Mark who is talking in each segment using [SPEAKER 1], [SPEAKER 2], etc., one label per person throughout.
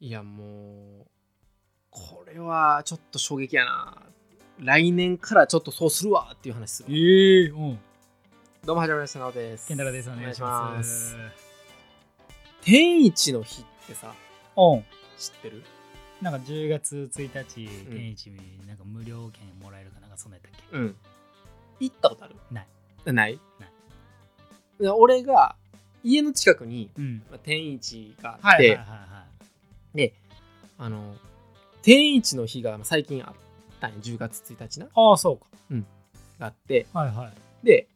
[SPEAKER 1] いやもうこれはちょっと衝撃やな来年からちょっとそうするわっていう話する
[SPEAKER 2] ええうん。
[SPEAKER 1] どうもはじめましてなおです
[SPEAKER 2] 健太郎です。お願いします。
[SPEAKER 1] お願いします天一の日ってさ
[SPEAKER 2] うん。
[SPEAKER 1] 知ってる
[SPEAKER 2] なんか10月1日、
[SPEAKER 1] うん
[SPEAKER 2] 天一日、なんか無料券もらえるかなんかそんなんやったっけ
[SPEAKER 1] うん行ったことある
[SPEAKER 2] ない
[SPEAKER 1] ない
[SPEAKER 2] な
[SPEAKER 1] で俺が家の近くに
[SPEAKER 2] うん。
[SPEAKER 1] まあ天一があっ
[SPEAKER 2] は
[SPEAKER 1] て、
[SPEAKER 2] いはいはいは。
[SPEAKER 1] あの天一の日が最近あったんよ10月1日ない
[SPEAKER 2] ああ、そうか。
[SPEAKER 1] があって
[SPEAKER 2] はいはい。
[SPEAKER 1] で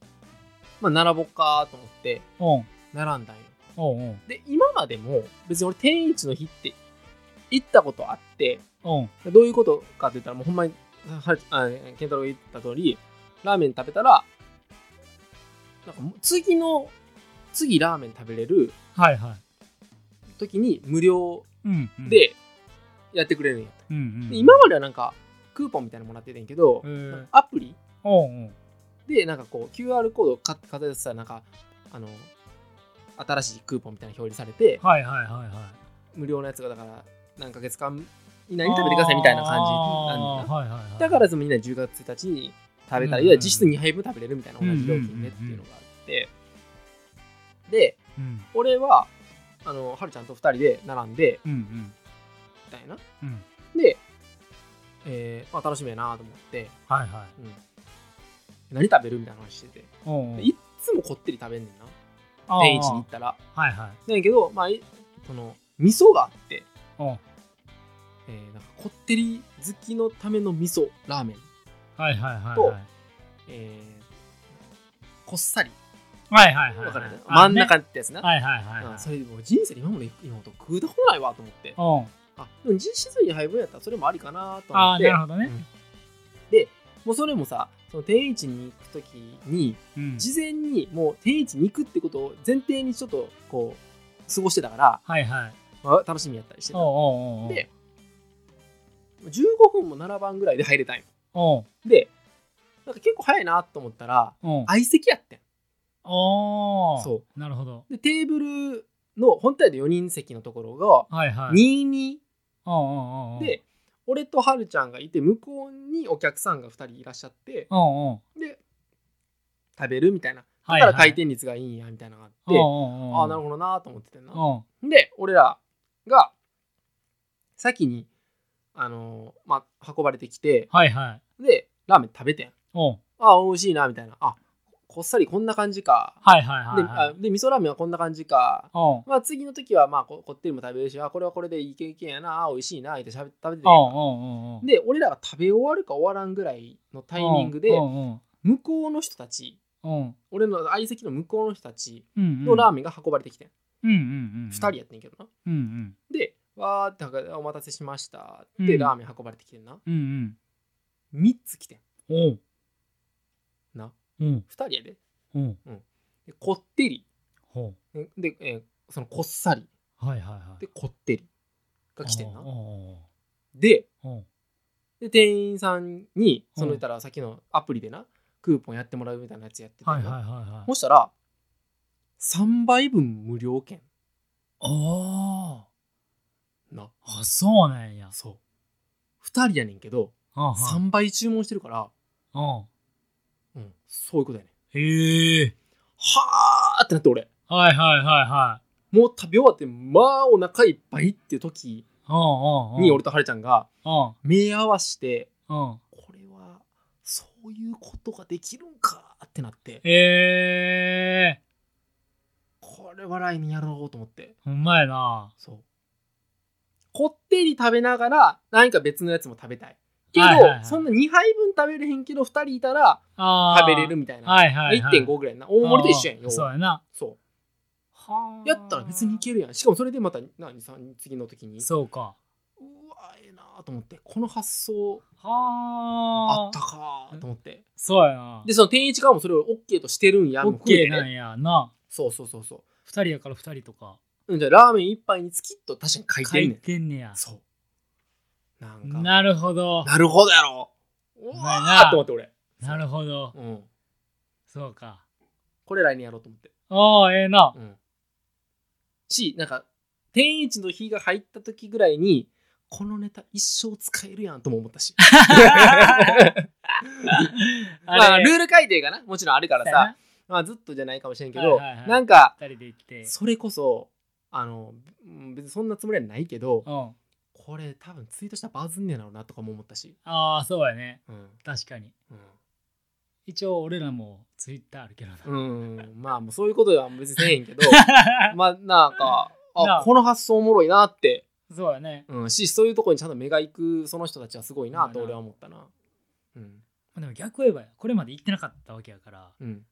[SPEAKER 1] まあ並ぼっかと思って
[SPEAKER 2] うん。
[SPEAKER 1] 並んだんよ
[SPEAKER 2] おうん
[SPEAKER 1] で今までも別に俺天一の日って行ったことあって
[SPEAKER 2] うん。うん。
[SPEAKER 1] どういうことかって言ったらもうほんまにはあ健太郎が言った通りラーメン食べたらなんかもう次の次ラーメン食べれる
[SPEAKER 2] はいはい。
[SPEAKER 1] 時に無料
[SPEAKER 2] うん、うん。、
[SPEAKER 1] でやってくれるんやった、
[SPEAKER 2] うんうん、
[SPEAKER 1] で今まではなんかクーポンみたいなのもらってたんやけど、
[SPEAKER 2] へー
[SPEAKER 1] なんかアプリ
[SPEAKER 2] おうんうん。
[SPEAKER 1] でなんかこう QR コードかかざしてたらなんかあの新しいクーポンみたいなの表示されて
[SPEAKER 2] はいはいはいはい。
[SPEAKER 1] 無料のやつがだから何ヶ月間以内に食べてくださいみたいな感じなん
[SPEAKER 2] あー
[SPEAKER 1] だ
[SPEAKER 2] はいはいはい、
[SPEAKER 1] だからそのみんな10月1日に食べたら
[SPEAKER 2] うん
[SPEAKER 1] いや実質2杯分食べれるみたいな同じ料金でっていうのがあってで
[SPEAKER 2] うん
[SPEAKER 1] 俺はあのはるちゃんと2人で並んで
[SPEAKER 2] うんうん
[SPEAKER 1] みたいな
[SPEAKER 2] うん
[SPEAKER 1] で、えーまあ、楽しみやなと思って、
[SPEAKER 2] はいはい
[SPEAKER 1] うん何食べるみたいな話してて
[SPEAKER 2] おうおう
[SPEAKER 1] でいっつもこってり食べんねんな
[SPEAKER 2] あー
[SPEAKER 1] 天一に行ったら
[SPEAKER 2] はいはい
[SPEAKER 1] なんやけどまあいその味噌があって
[SPEAKER 2] おう
[SPEAKER 1] えーなんかこってり好きのための味噌ラーメン、
[SPEAKER 2] はいはいはい
[SPEAKER 1] と
[SPEAKER 2] はい
[SPEAKER 1] えーこっさり
[SPEAKER 2] はいはいはい
[SPEAKER 1] わかる、
[SPEAKER 2] はい
[SPEAKER 1] 真ん中ってやつな、
[SPEAKER 2] はいはいはいは
[SPEAKER 1] うん
[SPEAKER 2] い
[SPEAKER 1] それでもう人生で今まで今のと食うたことないわと思って
[SPEAKER 2] おう
[SPEAKER 1] あでも実質に配分やったらそれもありかなと思
[SPEAKER 2] あ
[SPEAKER 1] っ
[SPEAKER 2] あ
[SPEAKER 1] て
[SPEAKER 2] なるほどね
[SPEAKER 1] もうそれもさその天一に行く時に
[SPEAKER 2] うん
[SPEAKER 1] 事前にもう天一に行くってことを前提にちょっとこう過ごしてたから、
[SPEAKER 2] はいはい
[SPEAKER 1] まあ楽しみやったりしてた
[SPEAKER 2] おうおうおうおう
[SPEAKER 1] で15分も7番ぐらいで入れたんよ
[SPEAKER 2] おう
[SPEAKER 1] でなんか結構早いなと思ったら
[SPEAKER 2] おう
[SPEAKER 1] 相席やってん
[SPEAKER 2] おう
[SPEAKER 1] そ
[SPEAKER 2] なるほど
[SPEAKER 1] でテーブルの本体で4人席のところ
[SPEAKER 2] はいは
[SPEAKER 1] が
[SPEAKER 2] い
[SPEAKER 1] 22
[SPEAKER 2] おうおうおうおう
[SPEAKER 1] で俺とはるちゃんがいて向こうにお客さんが2人いらっしゃって
[SPEAKER 2] おうおう
[SPEAKER 1] で食べるみたいなだ
[SPEAKER 2] は
[SPEAKER 1] か
[SPEAKER 2] いはい
[SPEAKER 1] ら回転率がいいんやみたいなのがあって、
[SPEAKER 2] おうおうおう
[SPEAKER 1] ああなるほどなと思っててんな
[SPEAKER 2] おう
[SPEAKER 1] で俺らが先にあのーまあ運ばれてきて
[SPEAKER 2] はいはい
[SPEAKER 1] でラーメン食べてん
[SPEAKER 2] おう
[SPEAKER 1] ああ美味しいなみたいなあこっさりこんな感じか、
[SPEAKER 2] はいはいはいは
[SPEAKER 1] で
[SPEAKER 2] い
[SPEAKER 1] あで味噌ラーメンはこんな感じか
[SPEAKER 2] おう
[SPEAKER 1] まあ次の時はまあここってりも食べるしあこれはこれでいい経験やなあ美味しいなってしゃべ食べてて
[SPEAKER 2] おうおうおうおう
[SPEAKER 1] で俺らが食べ終わるか終わらんぐらいのタイミングで
[SPEAKER 2] おうおう
[SPEAKER 1] 向こうの人たち
[SPEAKER 2] おう
[SPEAKER 1] 俺の相席の向こうの人たち
[SPEAKER 2] うんうん
[SPEAKER 1] のラーメンが運ばれてきてん、
[SPEAKER 2] うんうんうん
[SPEAKER 1] 2人やってんけどな
[SPEAKER 2] うんうん
[SPEAKER 1] でわーってなんかお待たせしました
[SPEAKER 2] うん
[SPEAKER 1] でラーメン運ばれてきてんな
[SPEAKER 2] うん
[SPEAKER 1] 3つ来てん
[SPEAKER 2] うんおう
[SPEAKER 1] な
[SPEAKER 2] うん
[SPEAKER 1] 2人やで
[SPEAKER 2] うん
[SPEAKER 1] でこってり
[SPEAKER 2] ほう
[SPEAKER 1] で、えーそのこっさり
[SPEAKER 2] はいはいはい。
[SPEAKER 1] でこってりが来てんな
[SPEAKER 2] おう
[SPEAKER 1] で
[SPEAKER 2] おうおう
[SPEAKER 1] で店員さんにその
[SPEAKER 2] うん
[SPEAKER 1] 言ったらさっきのアプリでなクーポンやってもらうみたいなやつやってて、
[SPEAKER 2] はいはいはいはい。
[SPEAKER 1] そしたら3倍分無料券
[SPEAKER 2] あ
[SPEAKER 1] な
[SPEAKER 2] あ、あ、そうなんや。
[SPEAKER 1] そう2人やねんけど
[SPEAKER 2] うんうん
[SPEAKER 1] 3倍注文してるから、
[SPEAKER 2] うん。
[SPEAKER 1] うん、そういうことやねん
[SPEAKER 2] へえ。
[SPEAKER 1] はあってなって俺
[SPEAKER 2] はいはいはいは
[SPEAKER 1] もう食べ終わってまあお腹いっぱいっていう時
[SPEAKER 2] い。うんうんうん。
[SPEAKER 1] に俺とはるちゃんが
[SPEAKER 2] うん
[SPEAKER 1] 目合わして
[SPEAKER 2] うん。
[SPEAKER 1] これはそういうことができるんかってなって
[SPEAKER 2] へえ。
[SPEAKER 1] これは来年やろうと思って
[SPEAKER 2] ほんまやな。
[SPEAKER 1] そう。こってり食べながら、何か別のやつも食べたい。けど、
[SPEAKER 2] はいはいはい
[SPEAKER 1] そんな2杯分食べれへんけど、2人いたら
[SPEAKER 2] ああ。
[SPEAKER 1] 食べれる。みたいな。
[SPEAKER 2] はいはいはい。
[SPEAKER 1] 1.5ぐらいな。大盛りと一緒やん
[SPEAKER 2] あ
[SPEAKER 1] よ。
[SPEAKER 2] あ
[SPEAKER 1] そ
[SPEAKER 2] そう
[SPEAKER 1] う
[SPEAKER 2] やな。はあ
[SPEAKER 1] やったら別にいけるやん。しかもそれでまた、何、さ次の時に。う
[SPEAKER 2] そうか。
[SPEAKER 1] わ、ええなと思って、この発想あ
[SPEAKER 2] はあ。
[SPEAKER 1] ったかと思って。
[SPEAKER 2] そうやな。
[SPEAKER 1] で、その店員側もそれを OK としてるんや。
[SPEAKER 2] オッケー
[SPEAKER 1] もう
[SPEAKER 2] な
[SPEAKER 1] ね。
[SPEAKER 2] んやな。
[SPEAKER 1] そうそうそうそ
[SPEAKER 2] 二人やから二人とか。
[SPEAKER 1] う。うん、じゃあラーメン1杯につきっと確かに書
[SPEAKER 2] 書
[SPEAKER 1] いてん
[SPEAKER 2] い
[SPEAKER 1] ねん。
[SPEAKER 2] てんねや。
[SPEAKER 1] そう。なんか、 な
[SPEAKER 2] なるほど。
[SPEAKER 1] るほどやろ。う
[SPEAKER 2] う
[SPEAKER 1] わ
[SPEAKER 2] まい
[SPEAKER 1] ー
[SPEAKER 2] な
[SPEAKER 1] と思って俺。
[SPEAKER 2] なるほど。
[SPEAKER 1] うん、
[SPEAKER 2] そうか。
[SPEAKER 1] これ来年やろうと思って。
[SPEAKER 2] ああ、ええな。
[SPEAKER 1] うん、しなんか天一の日が入った時ぐらいにこのネタ一生使えるやんとも思った しまあルール改定がなもちろんあるからさ、まあ、ずっとじゃないかもしれんけど、
[SPEAKER 2] はいはいはい
[SPEAKER 1] なんか
[SPEAKER 2] 2人で行って
[SPEAKER 1] それこそあのうん別にそんなつもりはないけど
[SPEAKER 2] うん
[SPEAKER 1] これ多分ツイートしたらバズんねやろうなとかも思ったし、
[SPEAKER 2] ああそうやね
[SPEAKER 1] うん
[SPEAKER 2] 確かに
[SPEAKER 1] うん
[SPEAKER 2] 一応俺らもツイッターあるけどな、
[SPEAKER 1] うん、まあもうそういうことは別にせえへんけ ど
[SPEAKER 2] ま
[SPEAKER 1] まあなんか
[SPEAKER 2] な
[SPEAKER 1] あ
[SPEAKER 2] あ
[SPEAKER 1] この発想おもろいなって、
[SPEAKER 2] そうやね
[SPEAKER 1] うん、しそういうところにちゃんと目が行くその人たちはすごいなと
[SPEAKER 2] まあな
[SPEAKER 1] 俺は思ったな。うん
[SPEAKER 2] でも逆を言えばこれまで行ってなかったわけやから
[SPEAKER 1] うん、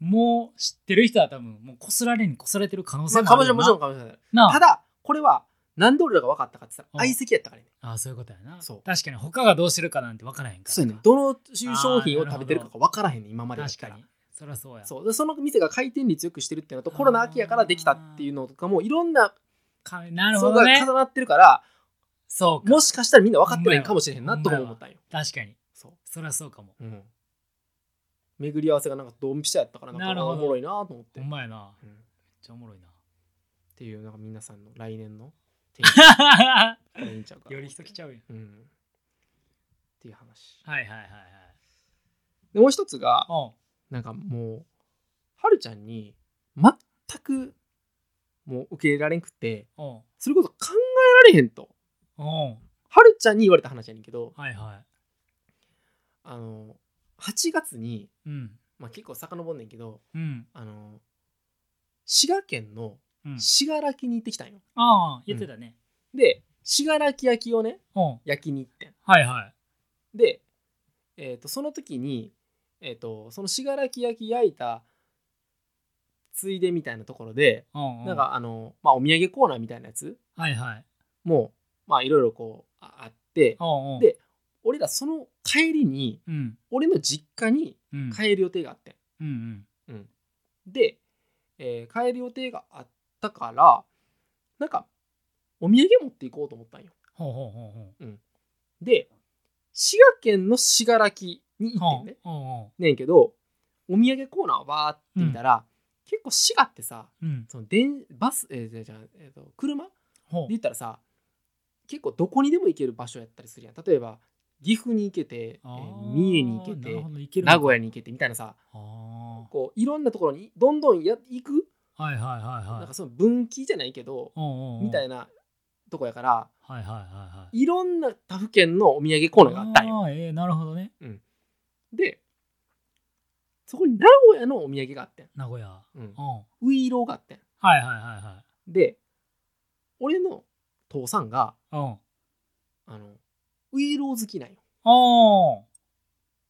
[SPEAKER 2] もう知ってる人は多分もうこすられにこすられてる可能
[SPEAKER 1] ま
[SPEAKER 2] 性
[SPEAKER 1] あ、
[SPEAKER 2] もあ
[SPEAKER 1] かも
[SPEAKER 2] る
[SPEAKER 1] しれ
[SPEAKER 2] よ
[SPEAKER 1] ん
[SPEAKER 2] な
[SPEAKER 1] もちろんかもしれない。
[SPEAKER 2] なあ
[SPEAKER 1] ただこれはなんで俺らが分かったかって言ったら
[SPEAKER 2] うん
[SPEAKER 1] 相席やったからね。
[SPEAKER 2] ああそういうことやな
[SPEAKER 1] そう
[SPEAKER 2] 確かに他がどうしてるかなんて分からへんから
[SPEAKER 1] そうやね。どの商品を食べてるかが分からへんね今までやっ
[SPEAKER 2] 確
[SPEAKER 1] た
[SPEAKER 2] からにそりゃそうや
[SPEAKER 1] そうでその店が回転率よくしてるっていうのとコロナ秋やからできたっていうのとかもいろんな
[SPEAKER 2] かなる
[SPEAKER 1] 層
[SPEAKER 2] ほど
[SPEAKER 1] が
[SPEAKER 2] ね
[SPEAKER 1] 重なってるから
[SPEAKER 2] そうか
[SPEAKER 1] もしかしたらみんな分かってないんかもしれへんな
[SPEAKER 2] ほん
[SPEAKER 1] と
[SPEAKER 2] ま
[SPEAKER 1] も
[SPEAKER 2] やわ
[SPEAKER 1] 思ったんよ。
[SPEAKER 2] 確かに
[SPEAKER 1] そう
[SPEAKER 2] そりゃそうかも
[SPEAKER 1] うん、巡り合わせがなんかドンピシャやったからなんか
[SPEAKER 2] なるほど
[SPEAKER 1] おもろいなと思って、
[SPEAKER 2] ほんまやな
[SPEAKER 1] うんっ
[SPEAKER 2] めっちゃおもろ いな
[SPEAKER 1] ていうなんか皆さんの来年の天気これいいんちゃうかな
[SPEAKER 2] より人来ちゃうよ
[SPEAKER 1] うん、っていう話
[SPEAKER 2] はいはいはいはい
[SPEAKER 1] でもう一つが
[SPEAKER 2] おう
[SPEAKER 1] なんかもうはるちゃんに全くもう受け入れられんくて
[SPEAKER 2] おう
[SPEAKER 1] それこそ考えられへんと
[SPEAKER 2] おう
[SPEAKER 1] はるちゃんに言われた話やねんけど
[SPEAKER 2] はいは
[SPEAKER 1] あの8月に、
[SPEAKER 2] いうん
[SPEAKER 1] まあ、結構遡んねんけど
[SPEAKER 2] うん
[SPEAKER 1] あの滋賀県の
[SPEAKER 2] うん
[SPEAKER 1] 信楽に行ってきたんよ。
[SPEAKER 2] ああ言ってたね
[SPEAKER 1] で信楽焼きをね
[SPEAKER 2] おう
[SPEAKER 1] 焼きに行ってん
[SPEAKER 2] はいはい
[SPEAKER 1] で、えー、とその時に、えー、とその信楽焼き焼いたついでみたいなところで、
[SPEAKER 2] おうおう
[SPEAKER 1] なんかあの、まあ、お土産コーナーみたいなやつ
[SPEAKER 2] はいはい
[SPEAKER 1] もまあいろいろこうああって
[SPEAKER 2] おうおう
[SPEAKER 1] で俺らその帰りに
[SPEAKER 2] うん
[SPEAKER 1] 俺の実家に
[SPEAKER 2] うん
[SPEAKER 1] 帰る予定があってん
[SPEAKER 2] うんうん
[SPEAKER 1] で、えー帰る予定があったからなんかお土産持っていこうと思ったんよ
[SPEAKER 2] ほうほうほうほ
[SPEAKER 1] で滋賀県の信楽に
[SPEAKER 2] う
[SPEAKER 1] 行ってんね
[SPEAKER 2] ほうおうお
[SPEAKER 1] ねんけどお土産コーナーをバーって見たら、結構滋賀ってさ
[SPEAKER 2] ううん
[SPEAKER 1] その電バスえーじゃじゃえー、と車で
[SPEAKER 2] ほう
[SPEAKER 1] 言ったらさ結構どこにでも行ける場所やったりするやん例えば岐阜に行けて、え
[SPEAKER 2] あ
[SPEAKER 1] ー
[SPEAKER 2] ー
[SPEAKER 1] 三重に行け
[SPEAKER 2] なる
[SPEAKER 1] て
[SPEAKER 2] ほどいける
[SPEAKER 1] 名古屋に行けてみたいなさ
[SPEAKER 2] あ
[SPEAKER 1] こういろんなところにどんどんや行く、
[SPEAKER 2] あはいはいはいはい
[SPEAKER 1] なんかその分岐じゃないけど、
[SPEAKER 2] おうおうおう
[SPEAKER 1] みたいなとこやから
[SPEAKER 2] はいはいはいはい
[SPEAKER 1] いろんな他府県のお土産コーナーがあったんよ。
[SPEAKER 2] ああええなるほどね
[SPEAKER 1] でそこに名古屋のお土産があってん、
[SPEAKER 2] 名古屋
[SPEAKER 1] うん
[SPEAKER 2] おう
[SPEAKER 1] ウイローがあってん
[SPEAKER 2] はいはいはいはい
[SPEAKER 1] で俺の父さんが
[SPEAKER 2] おう
[SPEAKER 1] あのウイロー好きなんよ、
[SPEAKER 2] おお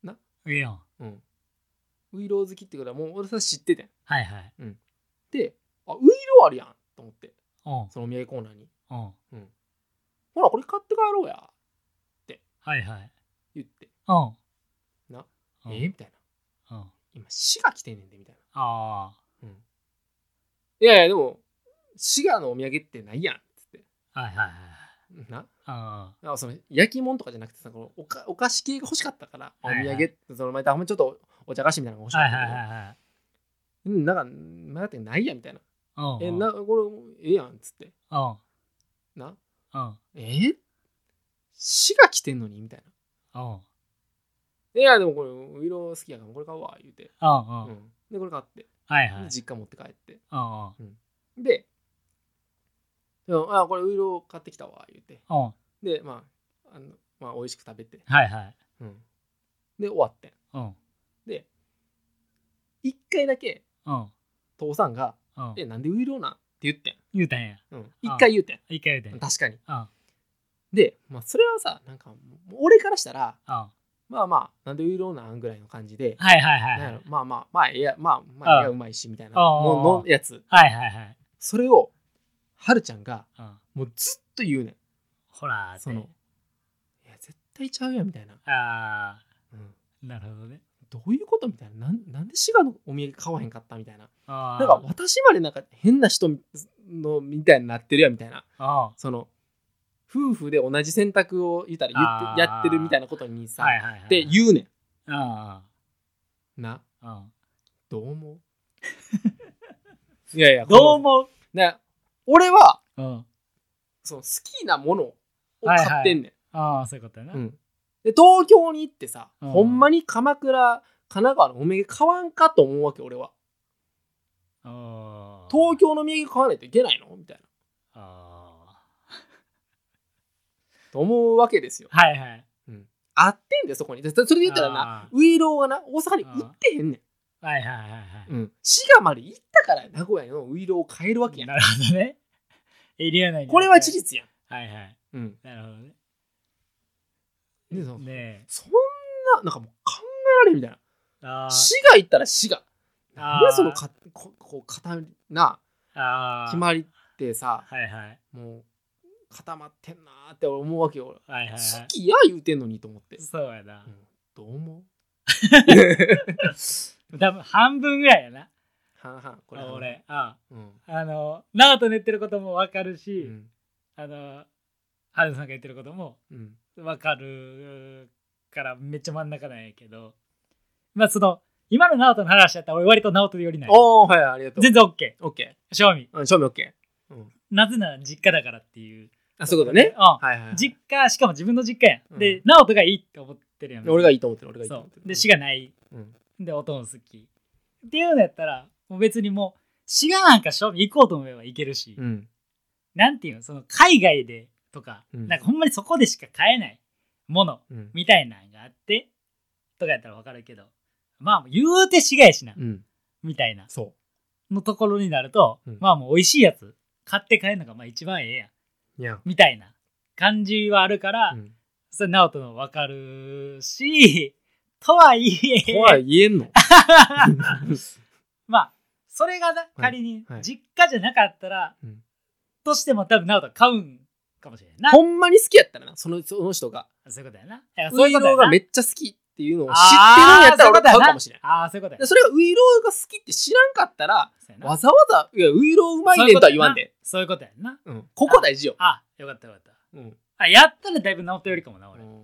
[SPEAKER 1] な
[SPEAKER 2] ええやん
[SPEAKER 1] うん、ウイロー好きってことはもう俺さ知っててん
[SPEAKER 2] はいはい
[SPEAKER 1] であウイローあるやんと思って
[SPEAKER 2] おう
[SPEAKER 1] そのお土産コーナーに
[SPEAKER 2] おう
[SPEAKER 1] ほらこれ買って帰ろうや
[SPEAKER 2] はいはい
[SPEAKER 1] 言って
[SPEAKER 2] おう
[SPEAKER 1] な
[SPEAKER 2] おう
[SPEAKER 1] えーみたいな
[SPEAKER 2] おう
[SPEAKER 1] 今滋賀来てんねんでみたい
[SPEAKER 2] あ
[SPEAKER 1] な、うん、いやいやでも滋賀のお土産ってないやんっつって
[SPEAKER 2] あはいはいはい
[SPEAKER 1] な
[SPEAKER 2] あ
[SPEAKER 1] なんかその焼き物とかじゃなくてさこのおかお菓子系が欲しかったから、
[SPEAKER 2] はいはい
[SPEAKER 1] お土産その前たまにちょっとお茶菓子みたいなのが欲し
[SPEAKER 2] あ
[SPEAKER 1] か
[SPEAKER 2] は
[SPEAKER 1] っ
[SPEAKER 2] い
[SPEAKER 1] たけど、
[SPEAKER 2] はいはいはい
[SPEAKER 1] うんなんかまだってないやみたいな
[SPEAKER 2] おうおう
[SPEAKER 1] えなこれええやんっつって
[SPEAKER 2] おう
[SPEAKER 1] な
[SPEAKER 2] おう
[SPEAKER 1] えー滋賀来てんのにみたいな
[SPEAKER 2] おう
[SPEAKER 1] えいやでもこれウイロ好きやからこれ買うわ言うて、
[SPEAKER 2] おう
[SPEAKER 1] う、
[SPEAKER 2] おうん
[SPEAKER 1] でこれ買って
[SPEAKER 2] はいはい
[SPEAKER 1] 実家持って帰って
[SPEAKER 2] おうおう
[SPEAKER 1] ででもあこれウイロ買ってきたわ言うて
[SPEAKER 2] おう
[SPEAKER 1] でまああのまあ美味しく食べて、
[SPEAKER 2] はいはい
[SPEAKER 1] うん、で終わってん
[SPEAKER 2] おう
[SPEAKER 1] で一回だけ
[SPEAKER 2] おう
[SPEAKER 1] 父さんが
[SPEAKER 2] おう
[SPEAKER 1] 「えなんでウイローなん?」って言って
[SPEAKER 2] 言うたんや
[SPEAKER 1] ん、うん、
[SPEAKER 2] あ
[SPEAKER 1] 一回言うてん
[SPEAKER 2] 一回言うたんや
[SPEAKER 1] 確かに
[SPEAKER 2] あ
[SPEAKER 1] で、まあ、それはさなんか俺からしたら
[SPEAKER 2] あ
[SPEAKER 1] まあまあなんでウイローなんぐらいの感じで、
[SPEAKER 2] はいはいは
[SPEAKER 1] な
[SPEAKER 2] いは
[SPEAKER 1] ん
[SPEAKER 2] い
[SPEAKER 1] やろまあまあまあええやまあまあえ
[SPEAKER 2] あ
[SPEAKER 1] えやうまいしみたいな
[SPEAKER 2] ああ
[SPEAKER 1] もののやつ
[SPEAKER 2] はいはいはい
[SPEAKER 1] それをはるちゃんが
[SPEAKER 2] うん
[SPEAKER 1] もうずっと言うね
[SPEAKER 2] ほらー
[SPEAKER 1] ん
[SPEAKER 2] って
[SPEAKER 1] その「いや絶対ちゃうやん」みたいな、
[SPEAKER 2] ああ
[SPEAKER 1] うん
[SPEAKER 2] なるほどね
[SPEAKER 1] どういうこと?」みたいななんなんで滋賀のお土産買わへんかった?」みたいな
[SPEAKER 2] あ
[SPEAKER 1] なんか私までなんか変な人のみたいになってるやんみたいな
[SPEAKER 2] あ
[SPEAKER 1] その夫婦で同じ選択を言ったら言って
[SPEAKER 2] あー
[SPEAKER 1] やってるみたいなことにさ、
[SPEAKER 2] はいはいはい
[SPEAKER 1] って言うね
[SPEAKER 2] あ
[SPEAKER 1] んな
[SPEAKER 2] ああ
[SPEAKER 1] どう思う いやいや
[SPEAKER 2] あどう
[SPEAKER 1] こ
[SPEAKER 2] 思う
[SPEAKER 1] のね俺は
[SPEAKER 2] うん
[SPEAKER 1] その好きなものを買ってんねん、
[SPEAKER 2] ああ、そういうことやな。
[SPEAKER 1] うんで東京に行ってさ、
[SPEAKER 2] うん
[SPEAKER 1] ほんまに鎌倉神奈川のお土産買わんかと思うわけ俺は
[SPEAKER 2] ああ。
[SPEAKER 1] 東京のお土産買わないといけないのみたいな
[SPEAKER 2] あ
[SPEAKER 1] と思うわけですよ
[SPEAKER 2] あ。はいはい。
[SPEAKER 1] あってんだよそこにでそれで言ったらな
[SPEAKER 2] あ
[SPEAKER 1] ウイローがな大阪に行ってへんね
[SPEAKER 2] はいはいはいはい。
[SPEAKER 1] ん、うん、滋賀まで行ったから名古屋のウイローを買えるわけやん
[SPEAKER 2] なるほどね。エリア内に
[SPEAKER 1] これは事。実やん、
[SPEAKER 2] はいはい。
[SPEAKER 1] うん
[SPEAKER 2] なるほどね。
[SPEAKER 1] でその
[SPEAKER 2] ね
[SPEAKER 1] そんななんかもう考えられんみたいな
[SPEAKER 2] え。あー
[SPEAKER 1] 滋賀行ったら滋賀
[SPEAKER 2] あー
[SPEAKER 1] 何やそのかここう固いな
[SPEAKER 2] あー。
[SPEAKER 1] 決まりってさ
[SPEAKER 2] はいはい。
[SPEAKER 1] もう固まってんなーって思うわけよ俺
[SPEAKER 2] はいはい、はい。
[SPEAKER 1] 好きや言うてんのにと思って、
[SPEAKER 2] そうやな
[SPEAKER 1] う。んどう思う
[SPEAKER 2] 多分半分ぐらいやな。
[SPEAKER 1] 半々これ
[SPEAKER 2] 俺。あ
[SPEAKER 1] うん
[SPEAKER 2] あ。あの、直人の言ってることもわかる
[SPEAKER 1] う
[SPEAKER 2] し、
[SPEAKER 1] ん
[SPEAKER 2] あの、ハルさんが言ってることも
[SPEAKER 1] うん
[SPEAKER 2] わかるから、めっちゃ真ん中なんやけど、まあその、今の直人の話だったら俺割と直人よりない。
[SPEAKER 1] おおはいありがとう
[SPEAKER 2] 全然 OK。
[SPEAKER 1] オッケ
[SPEAKER 2] 正味。
[SPEAKER 1] ーうん正味オッケーうん
[SPEAKER 2] なぜなら実家だからっていう。
[SPEAKER 1] あそういうことね
[SPEAKER 2] うん。
[SPEAKER 1] はいはいはい
[SPEAKER 2] 実家しかも自分の実家やん、
[SPEAKER 1] うん
[SPEAKER 2] で直人がいいって思ってるやん
[SPEAKER 1] 俺が
[SPEAKER 2] い
[SPEAKER 1] いいと思ってる俺がいいと
[SPEAKER 2] そ
[SPEAKER 1] 思って
[SPEAKER 2] う
[SPEAKER 1] る
[SPEAKER 2] で滋賀ない
[SPEAKER 1] うん
[SPEAKER 2] で音も好きっていうのやったらもう別にもう滋賀なんか正味行こうと思えば行けるし、
[SPEAKER 1] うん
[SPEAKER 2] なんていうのその海外でとか、
[SPEAKER 1] うん
[SPEAKER 2] なんかほんまにそこでしか買えないもの
[SPEAKER 1] うん
[SPEAKER 2] みたいなんがあってとかやったらわかるけどまあ言うて滋賀やしな、
[SPEAKER 1] うん
[SPEAKER 2] みたいな
[SPEAKER 1] そ
[SPEAKER 2] のところになると、
[SPEAKER 1] うん
[SPEAKER 2] まあもう美味しいやつ買って帰るのがまあ一番ええやん
[SPEAKER 1] ういや
[SPEAKER 2] みたいな感じはあるから、
[SPEAKER 1] うん
[SPEAKER 2] それ直人のわかるし、とはいえ、
[SPEAKER 1] 怖い言えんの
[SPEAKER 2] まあ、それがな仮に
[SPEAKER 1] はい
[SPEAKER 2] 実家じゃなかったら、
[SPEAKER 1] うん
[SPEAKER 2] としても多分直人は買うんかもしれないな。
[SPEAKER 1] ほんまに好きやったらなそのその人が
[SPEAKER 2] そういうことやな。だからそう
[SPEAKER 1] ウ
[SPEAKER 2] い
[SPEAKER 1] イ
[SPEAKER 2] うこと
[SPEAKER 1] ロ
[SPEAKER 2] や
[SPEAKER 1] ーが
[SPEAKER 2] な。
[SPEAKER 1] めっちゃ好きっていうのを知ってるんやったら俺買うかもしれない
[SPEAKER 2] あーそういうことやなあー、
[SPEAKER 1] でそれがウイローが好きって知らんかったら
[SPEAKER 2] そういうことやな。
[SPEAKER 1] わざわざいやウイローうまいねんとは言わんで
[SPEAKER 2] そういうことやな。
[SPEAKER 1] うんここ大事よ
[SPEAKER 2] あ、よかったよかった。
[SPEAKER 1] うん
[SPEAKER 2] あ、やったらだいぶ直人よりかもな、
[SPEAKER 1] 考
[SPEAKER 2] 俺。うん。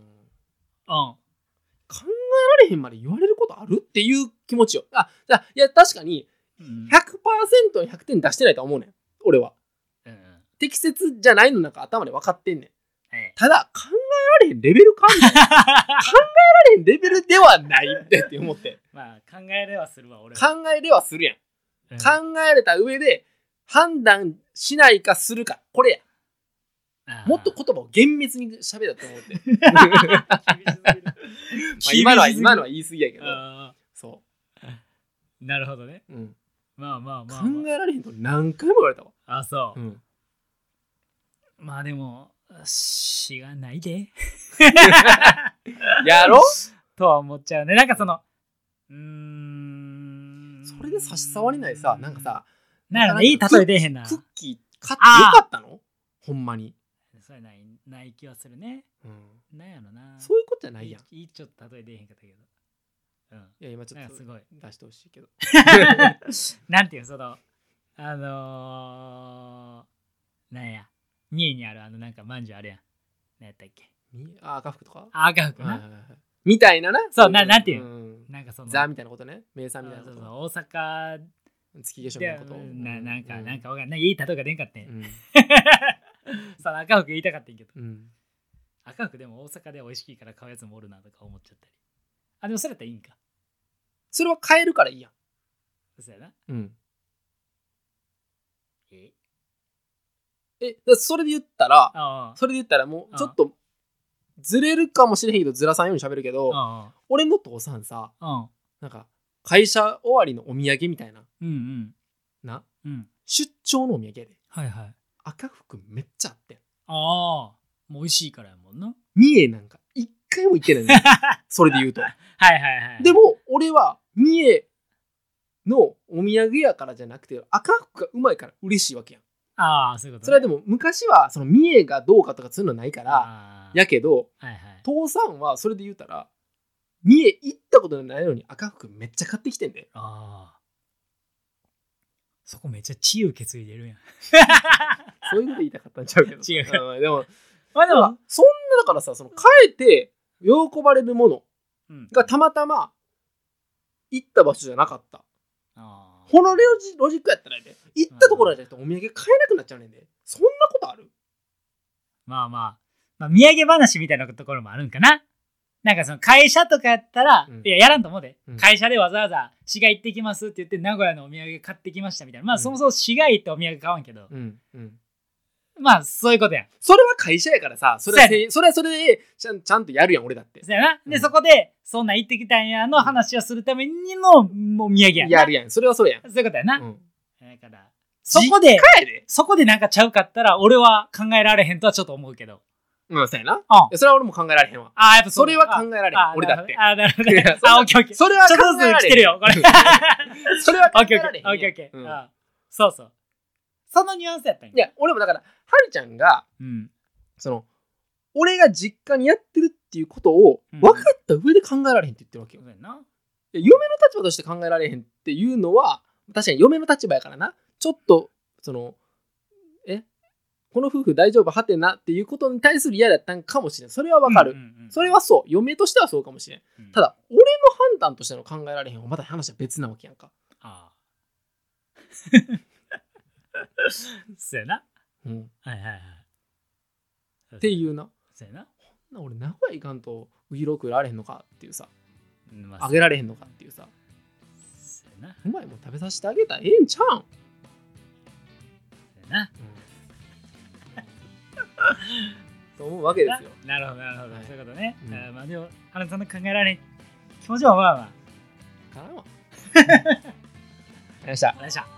[SPEAKER 1] えられへんまで言われることあるっていう気持ちよあじゃあいや確かに
[SPEAKER 2] うん。
[SPEAKER 1] 100%に100点出してないとは思うねん俺は
[SPEAKER 2] うんうん
[SPEAKER 1] 適切じゃないのなんか頭で分かってんねん
[SPEAKER 2] はい
[SPEAKER 1] ただ考えられへんレベル感じられへんレベルではないってって思 って
[SPEAKER 2] まあ、考えれはするわ、俺は。
[SPEAKER 1] 考えれはするやん
[SPEAKER 2] うん
[SPEAKER 1] 考えれた上で判断しないかするかこれや
[SPEAKER 2] あー
[SPEAKER 1] もっ と言葉を厳密に喋ったと思ってまあ今のは今のは言い過ぎやけど
[SPEAKER 2] あ
[SPEAKER 1] そ
[SPEAKER 2] ーなるほどね。
[SPEAKER 1] う、うん
[SPEAKER 2] まあまあまあ、
[SPEAKER 1] 考
[SPEAKER 2] ま
[SPEAKER 1] えられへんと何回も言われたわ、
[SPEAKER 2] あ。あ、そう。
[SPEAKER 1] ん、
[SPEAKER 2] まあでも、しがないで。
[SPEAKER 1] やろ
[SPEAKER 2] とは思っちゃうね。なんかその、うーん。
[SPEAKER 1] それで差し障りないさなんか、さ
[SPEAKER 2] なんかねいい例え出えへんな。
[SPEAKER 1] クッキー買ってよかったのほんまに、
[SPEAKER 2] それない、ない気はするね。なんやろな。
[SPEAKER 1] そういうことじゃないやんい
[SPEAKER 2] いいいちょっと例え出えへんかったけど。うん。
[SPEAKER 1] や今ちょ
[SPEAKER 2] な
[SPEAKER 1] っ
[SPEAKER 2] んかす
[SPEAKER 1] と
[SPEAKER 2] ごい。
[SPEAKER 1] 出してほしいけど
[SPEAKER 2] なんていうのそのあのー、なんや三重にあるあのなんかまんじゅうあるやんなんやったっけ
[SPEAKER 1] みあ赤服とか
[SPEAKER 2] あ赤服
[SPEAKER 1] はい
[SPEAKER 2] な、
[SPEAKER 1] はいはいみたいなな
[SPEAKER 2] そうななんていう
[SPEAKER 1] うん
[SPEAKER 2] なんかその
[SPEAKER 1] ザみたいなことね名
[SPEAKER 2] あ
[SPEAKER 1] 産みたいな
[SPEAKER 2] そう
[SPEAKER 1] こ
[SPEAKER 2] そう
[SPEAKER 1] と
[SPEAKER 2] 大阪
[SPEAKER 1] 月化粧みたい
[SPEAKER 2] で
[SPEAKER 1] なこと
[SPEAKER 2] ななんか、
[SPEAKER 1] う
[SPEAKER 2] なんかわかんないいい例えが出んかってん、
[SPEAKER 1] うん
[SPEAKER 2] その赤服言いたかったんけど
[SPEAKER 1] うん
[SPEAKER 2] 赤服でも大阪で美味しいから買うやつもおるなとか思っちゃったりあでもそれやったらいいんか
[SPEAKER 1] それは変えるからいいやん
[SPEAKER 2] そうやな
[SPEAKER 1] うん
[SPEAKER 2] え
[SPEAKER 1] えだからそれで言ったら
[SPEAKER 2] ああ
[SPEAKER 1] それで言ったらも
[SPEAKER 2] う
[SPEAKER 1] うんちょっとずれるかもしれへんけどずらさんように喋るけど
[SPEAKER 2] あ
[SPEAKER 1] 俺の父さんさ
[SPEAKER 2] あああ
[SPEAKER 1] なんか会社終わりのお土産みたいな
[SPEAKER 2] うんうん
[SPEAKER 1] な
[SPEAKER 2] うん
[SPEAKER 1] 出張のお土産やで
[SPEAKER 2] はいはい
[SPEAKER 1] 赤服めっちゃあってん
[SPEAKER 2] ああもう美味しいからやもん な
[SPEAKER 1] 三重なんか一回も行ってない のよそれで言うと
[SPEAKER 2] はいはいはい
[SPEAKER 1] でも俺は三重のお土産やからじゃなくて赤服がうまいから嬉しいわけやん
[SPEAKER 2] ああそういうことね、
[SPEAKER 1] それはでも昔はその三重がどうかとかそういうのはないから
[SPEAKER 2] あー
[SPEAKER 1] やけど
[SPEAKER 2] はいはい
[SPEAKER 1] 父さんはそれで言うたら三重行ったことないのに赤服めっちゃ買ってきてんで
[SPEAKER 2] ああそこめっちゃ血受け継いでるやん
[SPEAKER 1] そういうこと言いたかったんちゃうけど
[SPEAKER 2] 違う
[SPEAKER 1] うんでも
[SPEAKER 2] まあで
[SPEAKER 1] だから
[SPEAKER 2] も、
[SPEAKER 1] そんなだからさその変えて喜ばれるもの
[SPEAKER 2] うん
[SPEAKER 1] がたまたま行った場所じゃなかった
[SPEAKER 2] あー
[SPEAKER 1] このロジロジックやったらやで行ったところじゃなくてお土産買えなくなっちゃうねんでそんなことある
[SPEAKER 2] まあまあ、まあ、土産話みたいなところもあるんかな。なんかその会社とかやったら、
[SPEAKER 1] うん
[SPEAKER 2] いや、やらんと思うで、
[SPEAKER 1] うん
[SPEAKER 2] 会社でわざわざ、市街行ってきますって言って、名古屋のお土産買ってきましたみたいな。まあ、
[SPEAKER 1] うん
[SPEAKER 2] そもそも市街行ってお土産買わんけど、
[SPEAKER 1] うんうん
[SPEAKER 2] まあ、そういうことや。
[SPEAKER 1] それは会社やからさそれは
[SPEAKER 2] そうや
[SPEAKER 1] せそれはそれでちゃんちゃんとやるやん俺だって
[SPEAKER 2] そうやな。で、
[SPEAKER 1] うん
[SPEAKER 2] そこで、そんなん行ってきたんやの話をするためにの、もうお土産やな
[SPEAKER 1] やるやんそれはそれやん、
[SPEAKER 2] そういうことやな。
[SPEAKER 1] うん、
[SPEAKER 2] だから、そこで、
[SPEAKER 1] 帰れ
[SPEAKER 2] そこでなんかちゃうかったら、俺は考えられへんとはちょっと思うけど。
[SPEAKER 1] うんそうやな
[SPEAKER 2] うん。あ
[SPEAKER 1] いやそれは俺も考えられへんわ
[SPEAKER 2] あ、やっぱ
[SPEAKER 1] それは考
[SPEAKER 2] え
[SPEAKER 1] えられへん俺だって
[SPEAKER 2] あー、なるほど
[SPEAKER 1] い
[SPEAKER 2] ね
[SPEAKER 1] や。そんな
[SPEAKER 2] あ、オッケーオッケー。ち
[SPEAKER 1] それは
[SPEAKER 2] ょっと
[SPEAKER 1] 考え
[SPEAKER 2] ず
[SPEAKER 1] られ
[SPEAKER 2] つ来
[SPEAKER 1] へん
[SPEAKER 2] てるよ、これ。
[SPEAKER 1] それは
[SPEAKER 2] オ
[SPEAKER 1] 考
[SPEAKER 2] ッ
[SPEAKER 1] え
[SPEAKER 2] ケーオ
[SPEAKER 1] られ
[SPEAKER 2] ッ
[SPEAKER 1] へん
[SPEAKER 2] ケー。オッケーオッケ
[SPEAKER 1] うん
[SPEAKER 2] ー。あそうそう。そのニュアンスやったん
[SPEAKER 1] いや俺もだからはるちゃんが
[SPEAKER 2] うん。
[SPEAKER 1] その俺が実家にやってるっていうことを
[SPEAKER 2] うん
[SPEAKER 1] 分かった上で考えられへんって言ってるわけ
[SPEAKER 2] そ
[SPEAKER 1] よ。
[SPEAKER 2] うやな。
[SPEAKER 1] いや嫁の立場として考えられへんっていうのは確かに嫁の立場やからなちょっとそのえこの夫婦大丈夫はてなっていうことに対する嫌だったんかもしれんそれは分かる、
[SPEAKER 2] うんうんうん
[SPEAKER 1] それは、そう嫁としてはそうかもしれん
[SPEAKER 2] うん
[SPEAKER 1] た。だ俺の判断としての考えられへんはまた話は別なわけやんか、
[SPEAKER 2] ああ そうやな。
[SPEAKER 1] うん、
[SPEAKER 2] はいはいはい。っ
[SPEAKER 1] って
[SPEAKER 2] う。
[SPEAKER 1] いうな
[SPEAKER 2] そうやな。
[SPEAKER 1] な俺名古屋行かんとウイロークられへんのかっていうさ
[SPEAKER 2] うんま
[SPEAKER 1] あげられへんのかっていうさ
[SPEAKER 2] そうやな。
[SPEAKER 1] お前も食べさせてあげたらええんちゃうん
[SPEAKER 2] そうやな。
[SPEAKER 1] と思うわけですよ。
[SPEAKER 2] ななるほどなるほど、
[SPEAKER 1] はい
[SPEAKER 2] そういうことね、
[SPEAKER 1] うん
[SPEAKER 2] あーまあでも原田さんの考えられん気持ちはまあまあ
[SPEAKER 1] からんわ。ありがとうございました
[SPEAKER 2] お。願いします